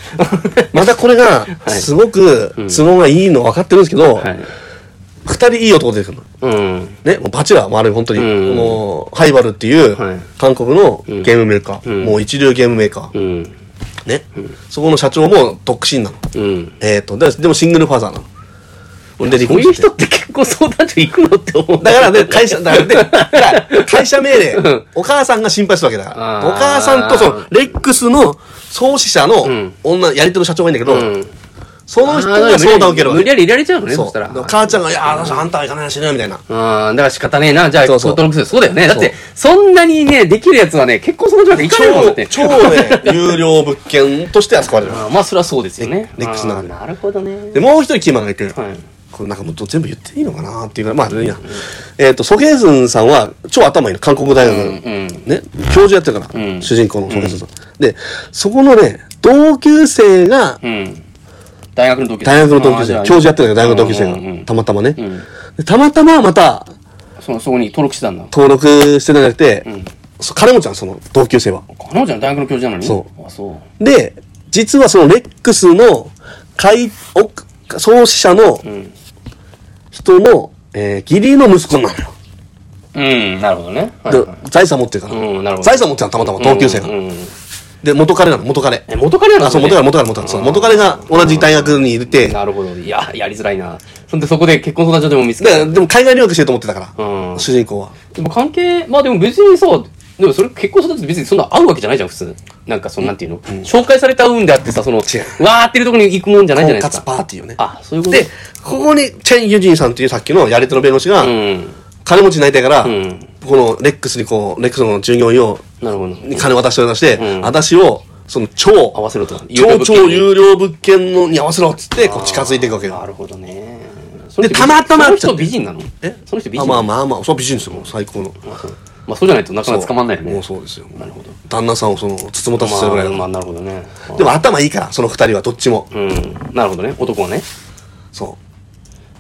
Speaker 1: またこれが
Speaker 2: い
Speaker 1: すごく都合がいいの分かってるんですけど
Speaker 2: はい。
Speaker 1: 二人いい男出てくるの
Speaker 2: うん。
Speaker 1: ねもうバチェラーもある本当に
Speaker 2: うん
Speaker 1: もうハイバルっていう
Speaker 2: はい
Speaker 1: 韓国のゲームメーカ
Speaker 2: うん
Speaker 1: ーもう一流ゲームメーカー
Speaker 2: うん。
Speaker 1: ねそこの社長も独身なの
Speaker 2: うん。
Speaker 1: えっとででもシングルファーザーなので離婚
Speaker 2: そういう
Speaker 1: して
Speaker 2: 人って結構相談所行くのって思う。
Speaker 1: だからね、会社、だからねだから、会社命
Speaker 2: うん
Speaker 1: 令、お母さんが心配するわけだから
Speaker 2: あ。ー
Speaker 1: お母さんとその、レックスの創始者の
Speaker 2: ん
Speaker 1: 女、やり手の社長がいいんだけど、
Speaker 2: うん
Speaker 1: その人が相談を受けるわ
Speaker 2: 無理
Speaker 1: け。
Speaker 2: やり入れられちゃうのね、
Speaker 1: そ。
Speaker 2: そうしたら。
Speaker 1: で母ちゃんが、いやー、あんたは行かないしね、みたいな。
Speaker 2: うん、だから仕方ねえな。じゃあ、
Speaker 1: そうそう
Speaker 2: 登録する。そうだよね。だって、そんなにね、できるやつはね、結婚相談所なんか行かないもんだって。
Speaker 1: 超ね、有料物件として扱われる。
Speaker 2: あーまあ、それはそうですよね。
Speaker 1: レレックスの
Speaker 2: あ
Speaker 1: 中
Speaker 2: ー
Speaker 1: で
Speaker 2: なるほどね。
Speaker 1: で、もう一人キーマンがいて、
Speaker 2: はい。
Speaker 1: これなんかもう全部言っていいのかなっていうぐらい、まあ、いいや。えっと、ソゲーズンさんは超頭いいの、韓国大学の。
Speaker 2: うん。
Speaker 1: ね、教授やってるから、
Speaker 2: うん
Speaker 1: 主人公のソゲスさん。で、そこのね、同級生が、
Speaker 2: うん。大学の同級生。
Speaker 1: 大学の同級生、
Speaker 2: あー
Speaker 1: 教授やってるから大学の同級生が、
Speaker 2: うんうんうん
Speaker 1: たまたまね、
Speaker 2: ん
Speaker 1: でたまたままた
Speaker 2: そのそこに登録してたんだ。
Speaker 1: 登録してたんじゃなくて、
Speaker 2: ん
Speaker 1: そ金持ちなんですその同級生は。
Speaker 2: 彼女は大学の教授なのに。。
Speaker 1: そう
Speaker 2: あ、そう。
Speaker 1: で、実はそのレックスの会、お創始者の
Speaker 2: ん
Speaker 1: 人の、えー義理の息子なのよ。
Speaker 2: うん、なるほどね。はい
Speaker 1: で
Speaker 2: はい
Speaker 1: 財産持ってるから、
Speaker 2: うんなるほど
Speaker 1: 財産持ってたのたまたま同級生が、
Speaker 2: うんうん
Speaker 1: で元彼なの元彼
Speaker 2: え元彼なの
Speaker 1: あそう元彼元彼元彼そう元彼が同じ大学にいて、
Speaker 2: なるほど。いや、やりづらいな。そんで、そこで結婚相談所でも見つけた
Speaker 1: で。でも海外留学してると思ってたから、
Speaker 2: うん
Speaker 1: 主人公は。
Speaker 2: でも関係、まあでも別にさ、でもそれ結婚相談所って別にそんな会うわけじゃないじゃん、普通。なんかその、なんていうの、紹介された会うんであってさ、その、わ
Speaker 1: う
Speaker 2: ーってるとこに行くもんじゃないじゃないです
Speaker 1: ツパ
Speaker 2: か。
Speaker 1: ーティーよね。
Speaker 2: あ、そういうこと
Speaker 1: で、ここにチェン・ユジンさんっていうさっきのやり手の弁護士が、
Speaker 2: うん。
Speaker 1: 金持ちになりたいから、
Speaker 2: ん
Speaker 1: このレックスにこう、レックスの従業員を、
Speaker 2: なるほど。
Speaker 1: に金渡しておりまして、
Speaker 2: うん
Speaker 1: 私を、その超、
Speaker 2: 合わせろと。
Speaker 1: 超超
Speaker 2: 料
Speaker 1: 有料物件のに合わせろっつって、こう近づいていくわけ
Speaker 2: 物件な
Speaker 1: よ。
Speaker 2: るほどね。
Speaker 1: でたまたま
Speaker 2: その人美人なの
Speaker 1: え
Speaker 2: その人美人
Speaker 1: あまあまあまあ、そうビジネスも最高の。
Speaker 2: まあそうじゃないとなかなか捕まんないよね。
Speaker 1: もうそうですよ。
Speaker 2: なるほど。
Speaker 1: 旦那さんをその、つつもたつするぐら
Speaker 2: ま
Speaker 1: い
Speaker 2: あ、
Speaker 1: の。
Speaker 2: まあ、なるほどね。
Speaker 1: でも頭いいから、その二人はどっちも。
Speaker 2: うん。なるほどね。男はね。
Speaker 1: そ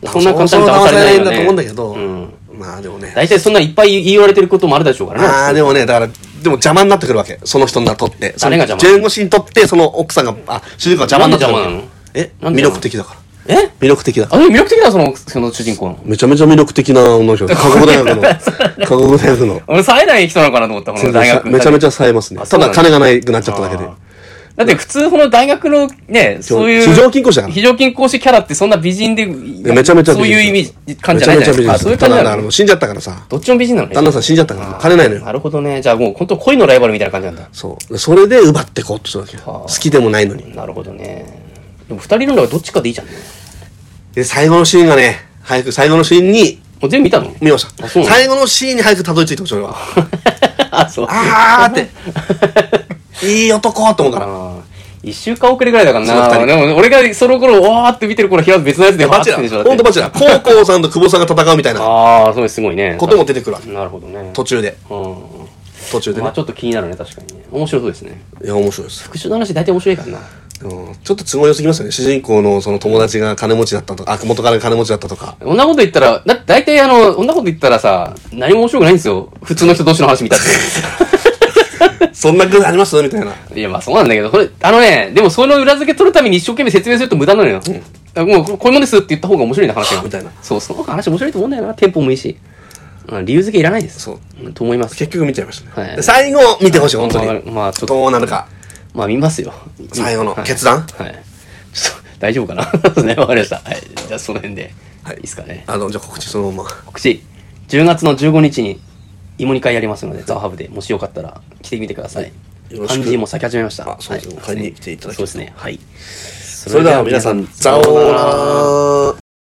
Speaker 1: う。
Speaker 2: そんな簡単に騙されない
Speaker 1: ん
Speaker 2: よ
Speaker 1: だ
Speaker 2: ね
Speaker 1: と思うんだけど、
Speaker 2: うん
Speaker 1: まあでもね
Speaker 2: 大体そんないっぱい言われてることもあるでしょうからね。
Speaker 1: まあでもねだからでも邪魔になってくるわけその人にとってその
Speaker 2: 誰が邪魔
Speaker 1: 弁護士にとってその奥さんがあ主人公が邪魔になってくるわけ
Speaker 2: なんで
Speaker 1: え
Speaker 2: なん
Speaker 1: 魅
Speaker 2: で邪魔
Speaker 1: 力的だから
Speaker 2: え
Speaker 1: 魅力的だ
Speaker 2: あ、でも魅力的な、その、その主人公の。
Speaker 1: めちゃめちゃ魅力的な女の 人韓国大学の韓国大学の
Speaker 2: 俺、冴えない人なのかなと思った、この大学。
Speaker 1: めちゃめちゃ冴えますね
Speaker 2: あそ
Speaker 1: た
Speaker 2: うな
Speaker 1: だ
Speaker 2: んだ
Speaker 1: 金がないくなっちゃっただけで
Speaker 2: あだって普通、この大学のね、そういう。
Speaker 1: 非常勤講師だから
Speaker 2: 非常勤講師キャラってそんな美人で、
Speaker 1: めちゃめちゃ美人
Speaker 2: そういう意味、感じじゃな
Speaker 1: め
Speaker 2: いじ
Speaker 1: ちゃめちゃ
Speaker 2: ゃないですか。
Speaker 1: 美
Speaker 2: あそう
Speaker 1: 人
Speaker 2: いう感
Speaker 1: た
Speaker 2: じ
Speaker 1: だ
Speaker 2: な
Speaker 1: あ
Speaker 2: の
Speaker 1: の死んじゃったからさ
Speaker 2: どっちも美人なのね。
Speaker 1: 旦那さん死んじゃったから金ないのよ
Speaker 2: なるほどね。じゃあもう本当恋のライバルみたいな感じなんだ。
Speaker 1: そうそれで奪ってこうとするわけよ
Speaker 2: は
Speaker 1: 好
Speaker 2: あ
Speaker 1: きでもないのに
Speaker 2: なるほどね。でも二人いるのはどっちかでいいじゃんね。
Speaker 1: で最後のシーンがね早く最後のシーンに
Speaker 2: もう全部見たの
Speaker 1: 見ました。
Speaker 2: あそうなの
Speaker 1: 最後のシーンに早くたどり着いてほしい、俺は。
Speaker 2: あ、そう。
Speaker 1: あーって。いい男と思ったら。
Speaker 2: あー一週間遅れぐらいだから
Speaker 1: そう二
Speaker 2: な。
Speaker 1: 人
Speaker 2: でも俺がその頃、わーって見てる頃、平野別のやつでわー
Speaker 1: バ
Speaker 2: っ
Speaker 1: チ
Speaker 2: て
Speaker 1: ェ
Speaker 2: 見てるでし
Speaker 1: ラー。
Speaker 2: ょだ
Speaker 1: ほ
Speaker 2: っ
Speaker 1: んと
Speaker 2: て
Speaker 1: バチェラー。 高校さんと久保さんが戦うみたいな
Speaker 2: ああ、そうですすごいね。
Speaker 1: ことも出てくるわけ。
Speaker 2: なるほどね。
Speaker 1: 途中で。
Speaker 2: う
Speaker 1: 途中で
Speaker 2: ん。まあ
Speaker 1: ね。
Speaker 2: ちょっと気になるね、確かにね。面白そうですね。
Speaker 1: いや、面白いです。
Speaker 2: 復讐の話大体面白いからな。
Speaker 1: うんちょっと都合良すぎますよね。主人公のその友達が金持ちだったとか、あ、元から金持ちだったと か。
Speaker 2: 女こと言ったら、だって大体あの、女こと言ったらさ、何も面白くないんですよ。普通の人同士の話見た っ
Speaker 1: そんなぐらいありますみたいな。
Speaker 2: て。いや、まあそうなんだけど、これ、あのね、でもその裏付け取るために一生懸命説明すると無駄なのよ。だからもう、ここういうもんですって言った方が面白いな、話が。
Speaker 1: みたいな
Speaker 2: そう、その方が話面白いと思うんだよな。テンポもいいし。うん理由付けいらないです。。
Speaker 1: そうん
Speaker 2: と思います。
Speaker 1: 結局見ちゃいました
Speaker 2: は
Speaker 1: ね。
Speaker 2: い
Speaker 1: で最後、見てほしい、本当
Speaker 2: まあ
Speaker 1: に。
Speaker 2: まあ、ちょっと、
Speaker 1: どうなるか。
Speaker 2: まあ見ますよ。
Speaker 1: 最後の
Speaker 2: はい
Speaker 1: 決断
Speaker 2: はい。ちょっと、大丈夫かなそうですね、わかりました。はい。じゃあ、その辺で。いいですかね。
Speaker 1: あの、じゃあ告知そのまま。
Speaker 2: 告知、10月の15日に、芋煮会やりますので、ザワハブで、もしよかったら来てみてください。
Speaker 1: よろしく
Speaker 2: 漢字も咲き始めました。
Speaker 1: あそうですね
Speaker 2: はい
Speaker 1: 買いに来ていただき
Speaker 2: そ
Speaker 1: ま
Speaker 2: うですすね。はい。
Speaker 1: そ
Speaker 2: そ
Speaker 1: れでは皆さん、ザオー
Speaker 2: ー
Speaker 1: ラー